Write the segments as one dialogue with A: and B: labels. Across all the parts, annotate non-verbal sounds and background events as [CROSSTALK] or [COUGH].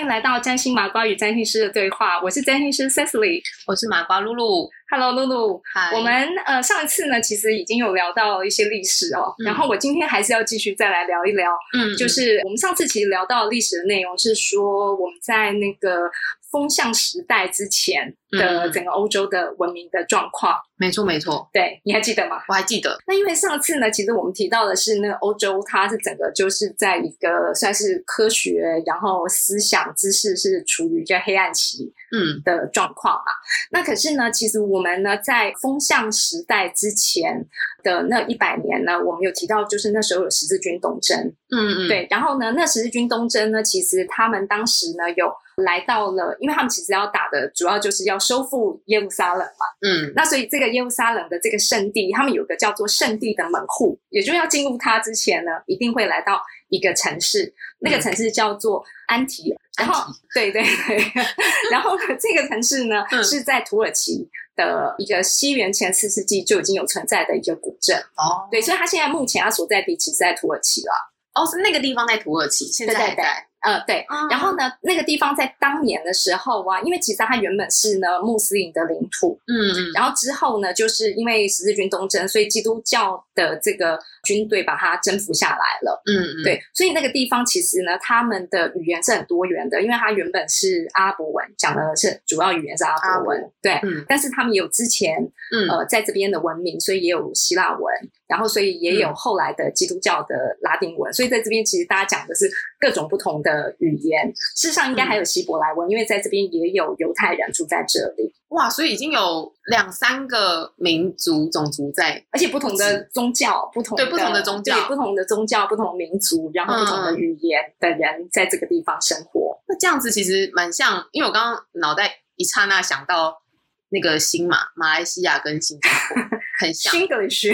A: 迎来到占星麻瓜与占星师的对话，我是占星师 Cecily。
B: 我是麻瓜露露，
A: Hello，露露。
B: 嗨
A: 我们呃上一次呢，其实已经有聊到一些历史哦，
B: 嗯
A: 然后我今天还是要继续再来聊一聊，
B: 嗯
A: 就是我们上次其实聊到历史的内容是说我们在那个风向时代之前的
B: 嗯
A: 整个欧洲的文明的状况，
B: 没错没错，
A: 对你还记得吗？
B: 我还记得，
A: 那因为上次呢，其实我们提到的是那个欧洲，它是整个就是在一个算是科学，然后思想知识是处于一个黑暗期
B: 嗯
A: 的状况嘛。那可是呢，其实我们呢在风向时代之前的那一百年呢，我们有提到就是那时候有十字军东征，
B: 嗯嗯，，
A: 对，然后呢，那十字军东征呢，其实他们当时呢有来到了，因为他们其实要打的主要就是要收复耶路撒冷嘛。
B: 嗯
A: 那所以这个耶路撒冷的这个圣地，他们有个叫做圣地的门户，也就是要进入它之前呢，一定会来到一个城市，那个城市叫做安提。然后，对对对， [LAUGHS] 然后呢，这个城市呢、
B: 嗯
A: 是在土耳其的一个西元前四世纪就已经有存在的一个古镇，
B: 哦
A: 对，所以它现在目前它所在地其实在土耳其了，
B: 哦，是那个地方在土耳其，现在
A: 对对
B: 还在，
A: 呃，对，然后呢，那个地方在当年的时候啊，因为其实它原本是呢穆斯林的领土，
B: 嗯嗯
A: 然后之后呢，就是因为十字军东征，所以基督教的这个军队把它征服下来了。
B: 嗯嗯，，
A: 对，所以那个地方其实呢，他们的语言是很多元的，因为它原本是阿拉伯文，讲的是主要语言是阿拉伯文，
B: 阿拉
A: 对。
B: 嗯
A: 但是他们有之前
B: 嗯
A: 呃在这边的文明，所以也有希腊文，然后所以也有后来的基督教的拉丁文，所以在这边其实大家讲的是各种不同的语言。事实上应该还有希伯来文，因为在这边也有犹太人住在这里。
B: 哇，所以已经有两三个民族种族在，
A: 而且不同的宗教、不同的
B: 对不同的宗教
A: 对不同的宗教、不同民族，然后不同的
B: 嗯
A: 语言的人在这个地方生活。
B: 那这样子其实蛮像，因为我刚刚脑袋一刹那想到那个新马马来西亚跟新加坡很像，
A: 新格里学，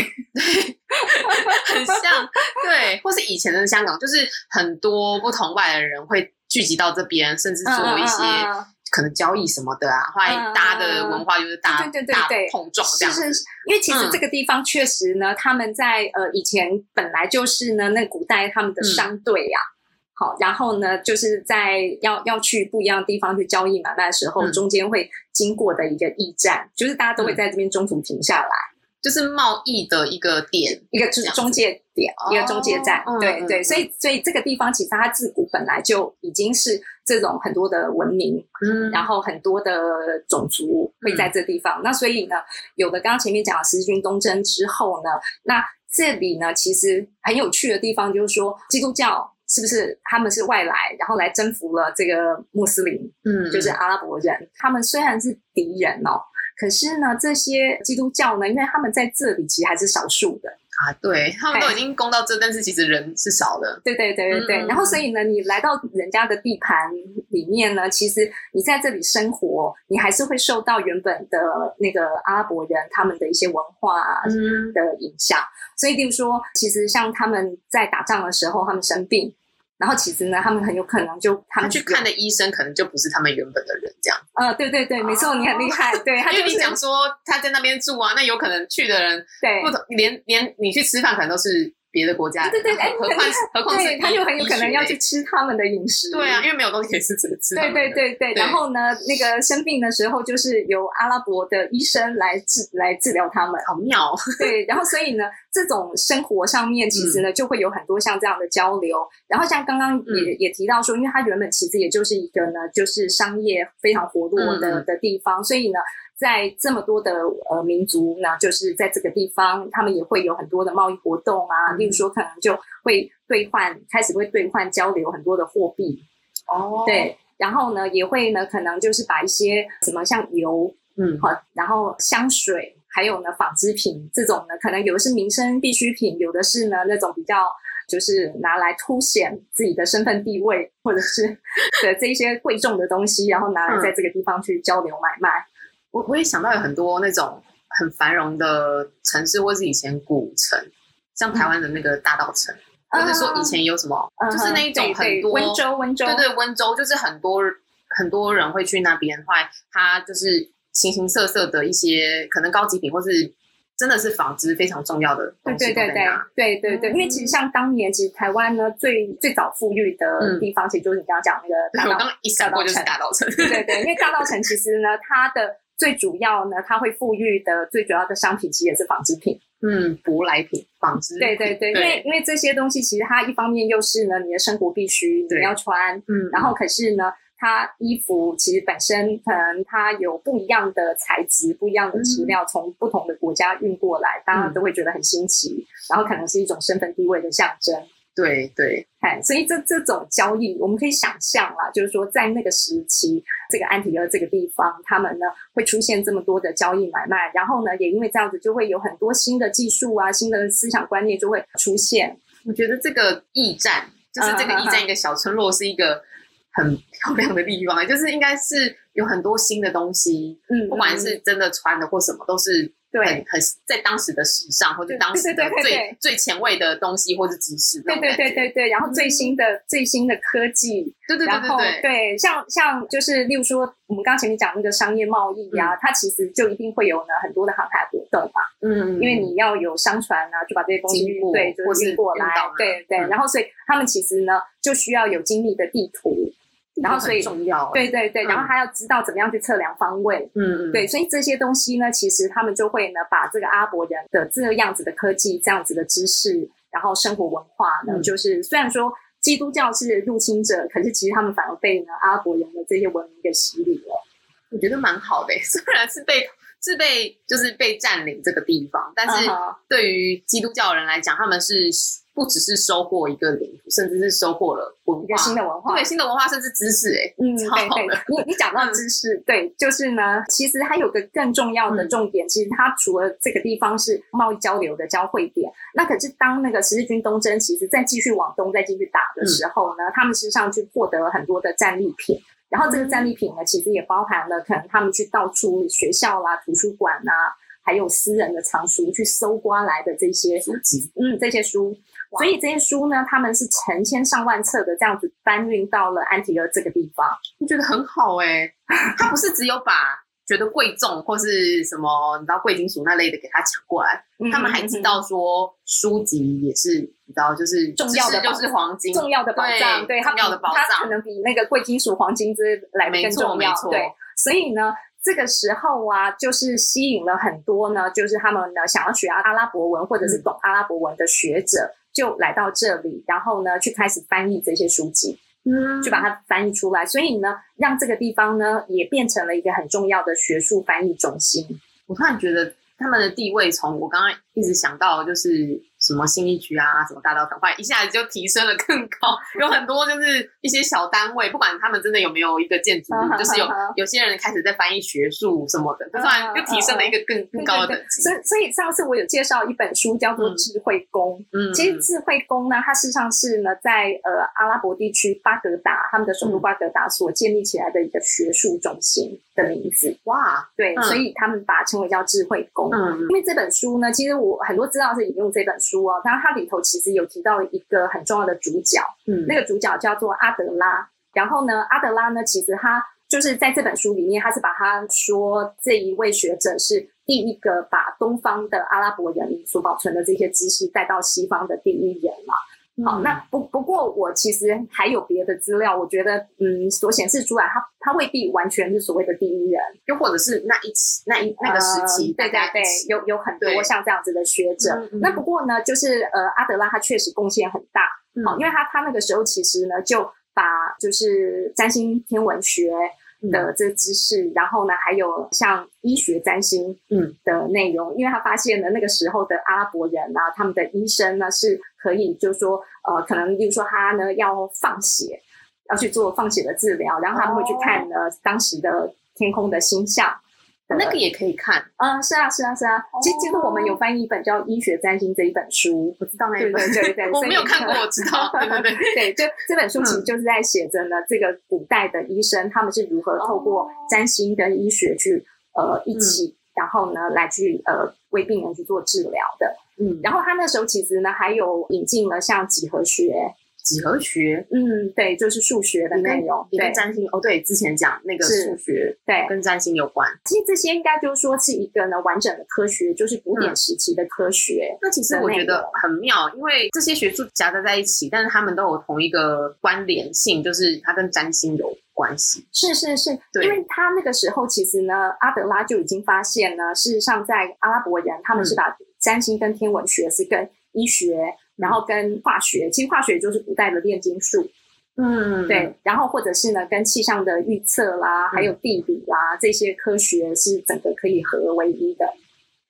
B: 很像，对，或是以前的香港，就是很多不同外来的人会聚集到这边，甚至做一些。
A: 嗯嗯嗯嗯
B: 可能交易什么的啊，后来大家的文化就是大、
A: 嗯嗯嗯对对对
B: 大
A: 对
B: 碰撞这
A: 是
B: 样子，
A: 是，是因为其实
B: 嗯
A: 这个地方确实呢，他们在呃以前本来就是呢，那古代他们
B: 嗯
A: 的商队呀、好，然后呢，就是在要要去不一样的地方去交易买卖的时候，
B: 嗯
A: 中间会经过的一个驿站，就是大家都会
B: 嗯
A: 在这边中途停下来。
B: 就是贸易的一个点。
A: 一个就是
B: 这样子
A: 中介点，
B: 哦
A: 一个中介站，
B: 嗯
A: 对
B: 嗯
A: 对，
B: 嗯
A: 所以所以这个地方其实它自古本来就已经是这种很多的文明，
B: 嗯
A: 然后很多的种族会在这地方。那所以呢，有的刚刚前面讲的十字军东征之后呢，那这里呢其实很有趣的地方就是说，基督教是不是他们是外来，然后来征服了这个穆斯林，
B: 嗯
A: 就是阿拉伯人，他们虽然是敌人哦。可是呢，这些基督教呢，因为他们在这里其实还是少数的，
B: 啊，对他们都
A: 哎
B: 已经攻到这，但是其实人是少的。
A: 对对对对对。
B: 嗯
A: 然后所以呢，你来到人家的地盘里面呢，其实你在这里生活，你还是会受到原本的那个阿拉伯人他们的一些文化啊
B: 嗯
A: 的影响。所以，例如说，其实像他们在打仗的时候，他们生病。然后其实呢，他们很有可能就他
B: 他
A: 们
B: 去看的医生可能就不是他们原本的人，这样。
A: 呃，对对对，没错，
B: 哦
A: 你很厉害，对，他就
B: 因为
A: 是
B: 你讲说他在那边住啊，那有可能去的人
A: 对
B: 不，同，连连你去吃饭可能都是别的国家人。
A: 对对对哎
B: 何况
A: 很厉害
B: 何况是
A: 对，他就很有可能要去
B: 医学
A: 吃他们的饮食，
B: 类。对啊，因为没有东西可以吃，只能吃他
A: 对
B: 们的。
A: 对对对，然后呢，那个生病的时候，就是由阿拉伯的医生来治来治疗
B: [LAUGHS]
A: 他们。
B: 好妙哦。
A: 对，然后所以呢，这种生活上面其实呢，
B: 嗯
A: 就会有很多像这样的交流。然后像刚刚
B: 嗯
A: 也、也提到说，因为它原本其实也就是一个呢，就是商业非常活络的、
B: 嗯
A: 的地方，所以呢。在这么多的呃民族呢，就是在这个地方，他们也会有很多的贸易活动啊，
B: 嗯
A: 例如说可能就会兑换，开始会兑换交流很多的货币，
B: 哦，
A: 对，然后呢，也会呢，可能就是把一些什么像油
B: 嗯，
A: 哈，然后香水，还有呢纺织品这种呢，可能有的是民生必需品，有的是呢那种比较就是拿来凸显自己的身份地位，或者是的这一些贵重的东西，然后拿
B: 嗯
A: 来在这个地方去交流买卖。
B: 我我也想到有很多那种很繁荣的城市，或是以前古城，像台湾的那个大道城，或者说以前有什么，
A: 嗯
B: 就是那一种
A: 对对
B: 很多
A: 温州，温州，
B: 对对，温州就是很多很多人会去那边，后来它就是形形色色的一些可能高级品或是。真的是纺织非常重要的
A: 对
B: 东
A: 对
B: 西都在
A: 对
B: 那。
A: 对对对对，因为其实像当年，其实台湾呢最最早富裕的
B: 嗯
A: 地方，其实就是你刚刚讲那个大
B: 我
A: 稻
B: 刚刚一闪过就是大稻城，
A: 对对对，因为大稻城其实呢，它的最主要呢，它会富裕的最主要的商品其实也是纺织品。
B: [LAUGHS] 嗯，舶来品纺织，
A: 对对对，因为因为这些东西其实它一方面又是呢你的生活必须，
B: 对
A: 你要穿，
B: 嗯，
A: 然后可是呢。它衣服其实本身可能它有不一样的材质、不一样的质料，从不同的国家运过来，大家
B: 嗯
A: 都会觉得很新奇，然后可能是一种身份地位的象征。
B: 对对，
A: 哎，所以这这种交易，我们可以想象啦，就是说在那个时期，这个安提阿这个地方，他们呢会出现这么多的交易买卖，然后呢，也因为这样子，就会有很多新的技术啊、新的思想观念就会出现。
B: 我觉得这个驿站，就是这个驿
A: 嗯
B: 站一个小村落是一个很漂亮的地方，就是应该是有很多新的东西，
A: 嗯，
B: 不管是真的穿的或什么，都是很
A: 对。
B: 很在当时的时尚，或者当时的
A: 对对对对
B: 最最前卫的东西或是知识那
A: 对对
B: 种感觉，
A: 对
B: 嗯
A: 对对，然后最新的、最新的科技，
B: 对对对
A: 然后
B: 对对，
A: 对，像像就是例如说，我们刚前面讲那个商业贸易啊，它其实就一定会有呢很多的航海活动嘛，
B: 嗯，
A: 因为你要有商船啊，就把这些东西
B: 经过
A: 对，就
B: 或
A: 是
B: 是
A: 运过来
B: 运到那，
A: 对对。
B: 嗯
A: 然后所以他们其实呢，就需要有精密的地图，然后所以
B: 很重要，
A: 对对对，
B: 嗯
A: 然后他要知道怎么样去测量方位，
B: 嗯嗯，
A: 对，所以这些东西呢，其实他们就会呢，把这个阿拉伯人的这样子的科技、这样子的知识，然后生活文化呢，
B: 嗯
A: 就是虽然说。基督教是入侵者，可是其实他们反而被呢阿拉伯人的这些文明给洗礼了。
B: 我觉得蛮好的欸，虽然是被是被就是被占领这个地方，但
A: 嗯
B: 是
A: 哼
B: 对于基督教人来讲，他们是不只是收获一个领土，甚至是收获了文
A: 一
B: 化，
A: 个新的文化，
B: 对新的文化，甚至知识，哎，
A: 嗯，
B: 超
A: 对
B: 好
A: 对
B: 的，
A: 你你讲到知识，对，就是呢，其实还有个更重要
B: 嗯
A: 的重点，其实它除了这个地方是贸易交流的交汇点，那可是当那个十字军东征，其实再继续往东再继续打
B: 嗯
A: 的时候呢，他们事实上去获得了很多的战利品。然后这个战利品呢，其实也包含了可能他们去到处学校啦、图书馆啦，还有私人的藏书去搜刮来的这些
B: 书籍，
A: 嗯，这些书，所以这些书呢，他们是成千上万册的这样子搬运到了安提阿这个地方。
B: 我觉得很好 [LAUGHS] 哎，他不是只有把。觉得贵重或是什么，你知道贵金属那类的给他抢过来，
A: 嗯
B: 他们还知道说书籍也是，你知道就是
A: 重要的
B: 知识就是黄金，
A: 重要的宝藏，
B: 对
A: 对，它
B: 重要的
A: 比
B: 宝
A: 它
B: 藏
A: 可能比那个贵金属、黄金之来的
B: 没
A: 更
B: 错
A: 重要
B: 没，错
A: 对，所以呢。这个时候啊，就是吸引了很多呢，就是他们呢想要学阿拉伯文或者是
B: 嗯
A: 懂阿拉伯文的学者，就来到这里，然后呢去开始翻译这些书籍。
B: 嗯
A: 去把它翻译出来，所以呢，让这个地方呢也变成了一个很重要的学术翻译中心。
B: 我突然觉得他们的地位，从我刚刚一直想到就是什么新一区啊，什么大稻城，后来一下子就提升了更高。有很多就是一些小单位，不管他们真的有没有一个建筑
A: 嗯
B: 物，
A: 哼
B: 就是有
A: 嗯哼
B: 有些人开始在翻译学术什么的，就突然又提升了一个
A: 嗯
B: 更更高的等级
A: 所。以所以上次我有介绍一本书叫做
B: 嗯
A: 《智慧宫》，
B: 嗯，
A: 其实智慧宫呢，它事实上是呢在呃阿拉伯地区巴格达，他们的首都
B: 嗯
A: 巴格达所建立起来的一个学术中心的名字。
B: 哇，
A: 对，
B: 嗯
A: 所以他们把它称为叫智慧宫。
B: 嗯
A: 因为这本书呢，其实我很多资料是引用这本书哦，然后它里头其实有提到一个很重要的主角，
B: 嗯
A: 那个主角叫做阿德拉。然后呢，阿德拉呢，其实他就是在这本书里面，他是把他说这一位学者是第一个把东方的阿拉伯人所保存的这些知识带到西方的第一人嘛。
B: 嗯
A: 好，那不不过我其实还有别的资料，我觉得嗯，所显示出来他他未必完全是所谓的第一人。
B: 又或者是那一起那一那个时期，
A: 呃对
B: 大家
A: 对对
B: 一起，
A: 有有很
B: 对
A: 多像这样子的学者。
B: 嗯嗯
A: 那不过呢，就是呃，阿德拉他确实贡献很大，
B: 嗯
A: 好，因为他他那个时候其实呢，就把就是占星天文学
B: 嗯
A: 的这知识，然后呢，还有像医学占星
B: 嗯
A: 的内容，因为他发现了那个时候的阿拉伯人啊，他们的医生呢是可以，就是说呃，可能例如说他呢要放血，要去做放血的治疗，然后他们
B: 哦
A: 会去看呢、当时的天空的星象的。
B: 那个也可以看，
A: 嗯，是啊，是啊，是啊。其实，其实我们
B: 哦
A: 有翻译一本叫《医学占星》这一本书，
B: 我知道那
A: 对
B: 一本
A: 对，对对，
B: 我
A: 所以
B: 没有看过，我知
A: [LAUGHS]
B: 道，对嗯对对，
A: 对，就这本书其实就是在写着呢，这个古代的医生他们是如何透
B: 哦
A: 过占星跟医学去呃
B: 嗯
A: 一起，然后呢来去呃为病人去做治疗的。
B: 嗯
A: 然后他那时候其实呢还有引进了像几何学，
B: 几何学
A: 嗯，对，就是数学的
B: 里面
A: 内容，
B: 也
A: 对
B: 跟占星哦，对，之前讲那个
A: 是
B: 数学
A: 对。
B: 跟占星有关。
A: 其实这些应该就是说是一个呢完整的科学，就是
B: 嗯
A: 古典时期的科学。
B: 那其实我觉得很妙，因为这些学术夹杂在一起，但是他们都有同一个关联性，就是它跟占星有关系。
A: 是是是，
B: 对
A: 因为他那个时候其实呢，阿德拉就已经发现呢，事实上在阿拉伯人他
B: 嗯
A: 们是把占星跟天文学是跟医学，然后跟化学，其实化学就是古代的炼金术，
B: 嗯，
A: 对，然后或者是呢，跟气象的预测啦，还
B: 嗯
A: 有地理啦，这些科学是整个可以合为一的。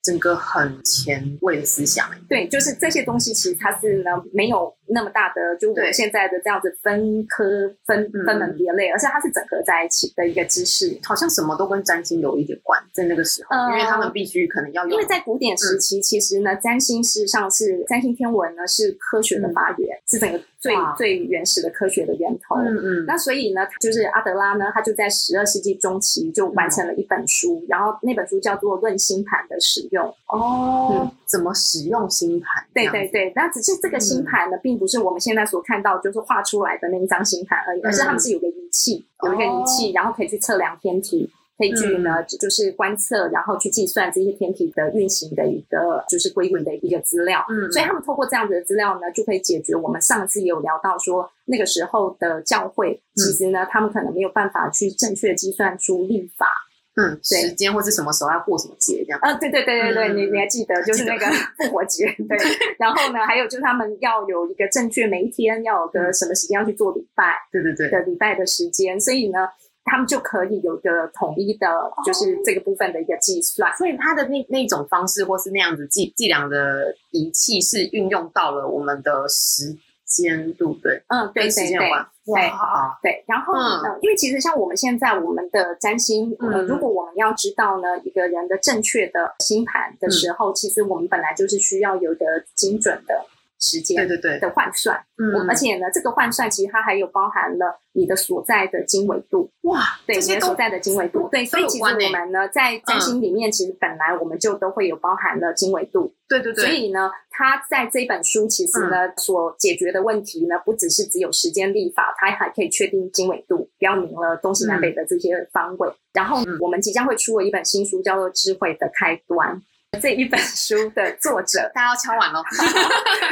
B: 整个很前卫的思想。欸
A: 对，就是这些东西，其实它是呢没有那么大的，就我
B: 对
A: 们现在的这样子分科分
B: 嗯
A: 分门别类，而是它是整合在一起的一个知识。
B: 好像什么都跟占星有一点关，在那个时候，
A: 呃
B: 因为他们必须可能要用，
A: 因为在古典
B: 嗯
A: 时期，其实呢，占星事实上是占星天文呢是科学的发源，是整个最
B: 嗯哇
A: 最原始的科学的源头。
B: 嗯嗯，
A: 那所以呢，就是阿德拉呢，他就在十二世纪中期就
B: 嗯
A: 完成了一本书，然后那本书叫做《论星盘的使用》。
B: 哦，怎么使用星盘？
A: 对
B: 这样
A: 对
B: 子，
A: 对，那只是这个星盘呢，并不是我们现在所看到就是画出来的那一张星盘而已，
B: 嗯哦
A: 而是他们是有个仪器，有一个仪器，然后可以去测量天体。可以去
B: 嗯
A: 呢，就是观测，然后去计算这些天体的运行的一个就是规律的一个资料。
B: 嗯，
A: 所以他们透过这样子的资料呢，就可以解决我们上次也有聊到说，那个时候的教会其实呢，他们可能没有办法去正确计算出历法。
B: 嗯，
A: 对
B: 时间或是什么时候要过什么节这样，
A: 啊，对对对对对，
B: 嗯
A: 你你还记得就是那个复活节
B: [LAUGHS]
A: 对，然后呢，还有就是他们要有一个正确，每一天要有个什么时间要去做礼拜
B: 对对对，
A: 的礼拜的时间，所以呢，他们就可以有一个统一的，
B: 哦
A: 就是这个部分的一个计算。
B: 所以他的那那种方式或是那样子计计量的仪器是运用到了我们的时间，对不对？
A: 嗯，对
B: 跟时
A: 对
B: 间有
A: 对。
B: 关，
A: 对
B: 哇，
A: 对，然后、
B: 嗯
A: 呃，因为其实像我们现在我们的占星，呃，
B: 嗯
A: 如果我们要知道呢一个人的正确的星盘的
B: 嗯
A: 时候，其实我们本来就是需要有一个精准的时
B: 对
A: 间
B: 对对，
A: 的换算，
B: 嗯，
A: 而且呢，这个换算其实它还有包含了你的所在的经纬度，
B: 哇，
A: 对，
B: 这
A: 你
B: 些
A: 的
B: 都
A: 所在的经纬度，对，所以
B: 有
A: 其实
B: 关欸嗯
A: 我们呢在占星里面，其实本来我们就都会有包含了经纬度，
B: 对对嗯对，
A: 所以呢，他在这本书其实呢、所解决的问题呢，不只是只有时间历法，它还可以确定经纬度，标明了东西南北的这些方位。然后
B: 嗯，
A: 我们即将会出了一本新书，叫做《智慧的开端》。这一本书的作者
B: 大家要敲碗了，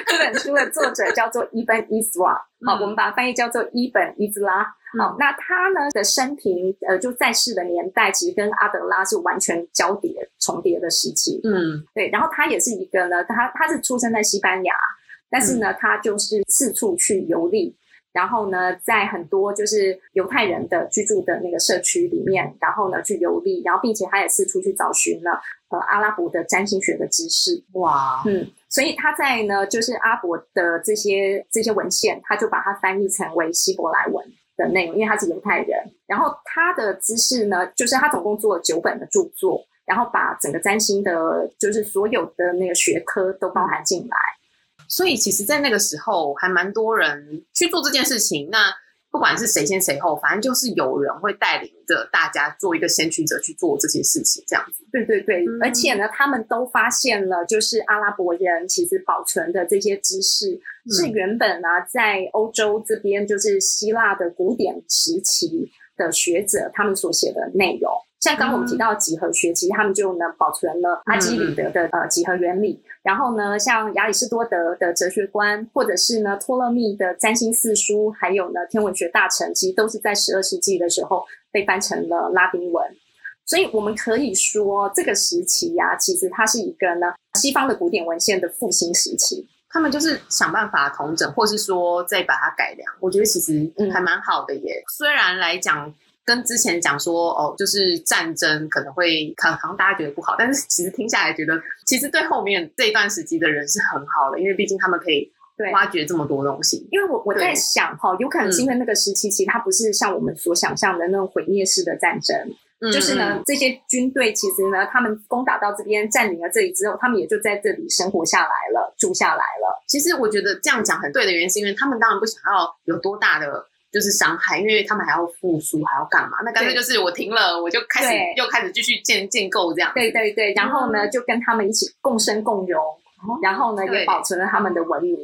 A: 这本书的作者叫做伊本伊斯瓦，好、
B: 嗯
A: 我们把它翻译叫做伊本伊兹拉。好、那他呢的生平，呃，就在世的年代，其实跟阿德拉是完全交叠、重叠的时期。
B: 嗯
A: 对，然后他也是一个呢，他他是出生在西班牙，但是呢，他就是四处去游历，然后呢，在很多就是犹太人的居住的那个社区里面，然后呢去游历，然后并且他也四处去找寻了呃阿拉伯的占星学的知识，
B: 哇，
A: 嗯，所以他在呢就是阿伯的这些这些文献，他就把它翻译成为希伯来文。的内容，因为他是犹太人，然后他的知识呢，就是他总共做了九本的著作，然后把整个占星的，就是所有的那个学科都包含进来。
B: 所以其实，在那个时候，还蛮多人去做这件事情。那不管是谁先谁后，反正就是有人会带领着大家做一个先驱者去做这些事情，这样子。
A: 对对对，
B: 嗯
A: 而且呢，他们都发现了，就是阿拉伯人其实保存的这些知识，是原本呢、啊在欧洲这边，就是希腊的古典时期的学者他们所写的内容。像刚刚我们提到几何学，其实他们就呢保存了阿基里德的呃几何原理，然后呢，像亚里士多德的哲学观，或者是呢托勒密的占星四书，还有呢天文学大臣，其实都是在十二世纪的时候被翻成了拉丁文。所以我们可以说，这个时期呀、其实它是一个呢西方的古典文献的复兴时期。
B: 他们就是想办法统整，或是说再把它改良。我觉得其实
A: 嗯
B: 还蛮好的耶。虽然来讲。跟之前讲说哦，就是战争可能会，可好像大家觉得不好，但是其实听下来觉得，其实对后面这一段时期的人是很好的，因为毕竟他们可以
A: 对
B: 挖掘这么多东西。
A: 因为我我在
B: 对
A: 想哈，有可能是因为那个时期，其实它不是像我们所想象的那种毁灭式的战争，就是
B: 嗯，
A: 呢，这些军队其实呢，他们攻打到这边，占领了这里之后，他们也就在这里生活下来了，住下来了。
B: 其实我觉得这样讲很对的原因，是因为他们当然不想要有多大的就是伤害，因为他们还要复苏，还要干嘛？那干脆
A: 对
B: 就是我停了，我就开始
A: 对
B: 又开始继续建建构这样。
A: 对对对，然后呢，就跟他们一起共生共荣。然后呢，也
B: 哦对嗯
A: 保存了他们的文明。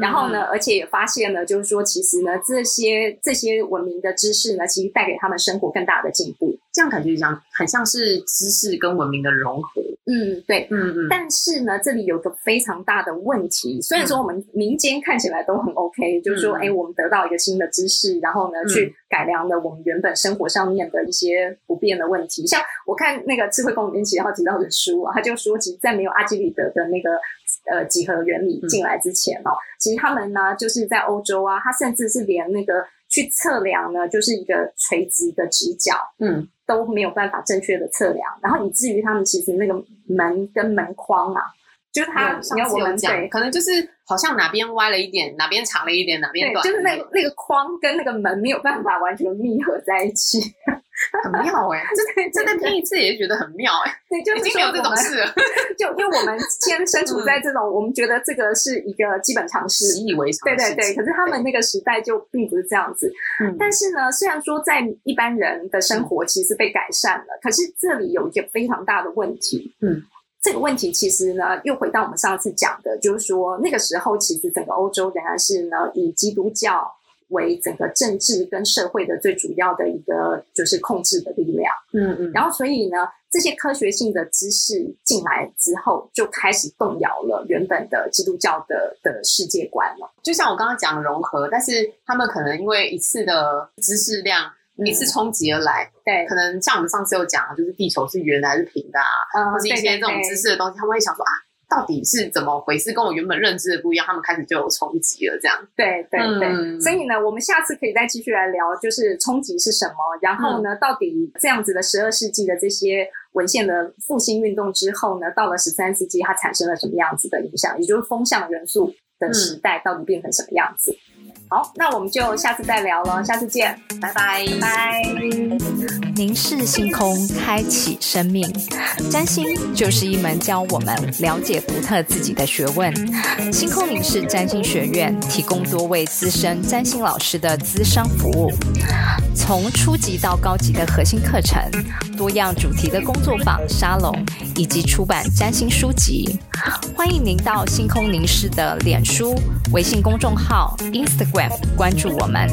A: 然后呢，而且也发现了，就是说，其实呢，这些这些文明的知识呢，其实带给他们生活更大的进步。
B: 这样感觉像很像是知识跟文明的融合。
A: 嗯，对。
B: 嗯嗯，
A: 但是呢，这里有个非常大的问题。虽然说我们民间看起来都很 OK，、就是说，
B: 嗯
A: 哎，我们得到一个新的知识，然后呢，
B: 嗯
A: 去改良了我们原本生活上面的一些不便的问题。像我看那个《智慧公民》其实他提到的书啊，他就说，其实，在没有阿基里德的那个呃几何原
B: 嗯
A: 理进来之前哦，其实他们呢，就是在欧洲啊，他甚至是连那个去测量呢，就是一个垂直的直角。
B: 嗯
A: 都没有办法正确的测量，然后以至于他们其实那个门跟门框啊，就是它，
B: 有
A: 你
B: 上
A: 看
B: 次
A: 我
B: 有
A: 们
B: 讲，
A: 对
B: 可能就是好像哪边歪了一点，哪边长了一点，哪边
A: 对，
B: 短了
A: 就
B: 一
A: 是
B: 点，
A: 那个那个框跟那个门没有办法完全密合在一起， [LAUGHS]
B: 很妙哎、
A: 对
B: 真的听一次也觉得很妙哎、
A: 对，就
B: 已
A: 是
B: 经
A: 说
B: 没有
A: 我
B: 这种
A: 们 [LAUGHS]
B: 事 [LAUGHS] 了，
A: 就因为我们先身处在这种，我们觉得这个是一个基本常识，
B: 习以为常
A: 对
B: 的事
A: 对
B: 情。
A: 对，可是他们那个时代就并不是这样子。
B: 嗯
A: 但是呢，虽然说在一般人的生活其实被改善了，可是这里有一个非常大的问题。
B: 嗯，
A: 这个问题其实呢，又回到我们上次讲的，就是说那个时候其实整个欧洲仍然是呢以基督教为整个政治跟社会的最主要的一个就是控制的力量。
B: 嗯嗯，
A: 然后所以呢，这些科学性的知识进来之后，就开始动摇了原本的基督教的的世界观了。
B: 就像我刚刚讲融合，但是他们可能因为一次的知识量。
A: 嗯
B: 一次冲击而来，
A: 对，
B: 可能像我们上次有讲的，就是地球是圆的还是平的啊，
A: 呃，
B: 或是一
A: 对
B: 些
A: 对
B: 这种
A: 对
B: 知识的东西，他们会想说啊，到底是怎么回事？跟我原本认知的不一样，他们开始就有冲击了，这样。
A: 对对对。
B: 嗯
A: 所以呢，我们下次可以再继续来聊，就是冲击是什么，然后
B: 嗯
A: 呢，到底这样子的十二世纪的这些文献的复兴运动之后呢，到了十三世纪，它产生了什么样子的影响，也就是风向元素的
B: 嗯
A: 时代到底变成什么样子。好，那我们就下次再聊了，下次见，
B: 拜拜，拜
A: 拜。
C: 凝视星空，开启生命。占星就是一门教我们了解独特自己的学问。星空凝视占星学院提供多位资深占星老师的资商服务，从初级到高级的核心课程、多样主题的工作坊、沙龙，以及出版占星书籍。欢迎您到星空凝视的脸书、微信公众号、Instagram 关注我们。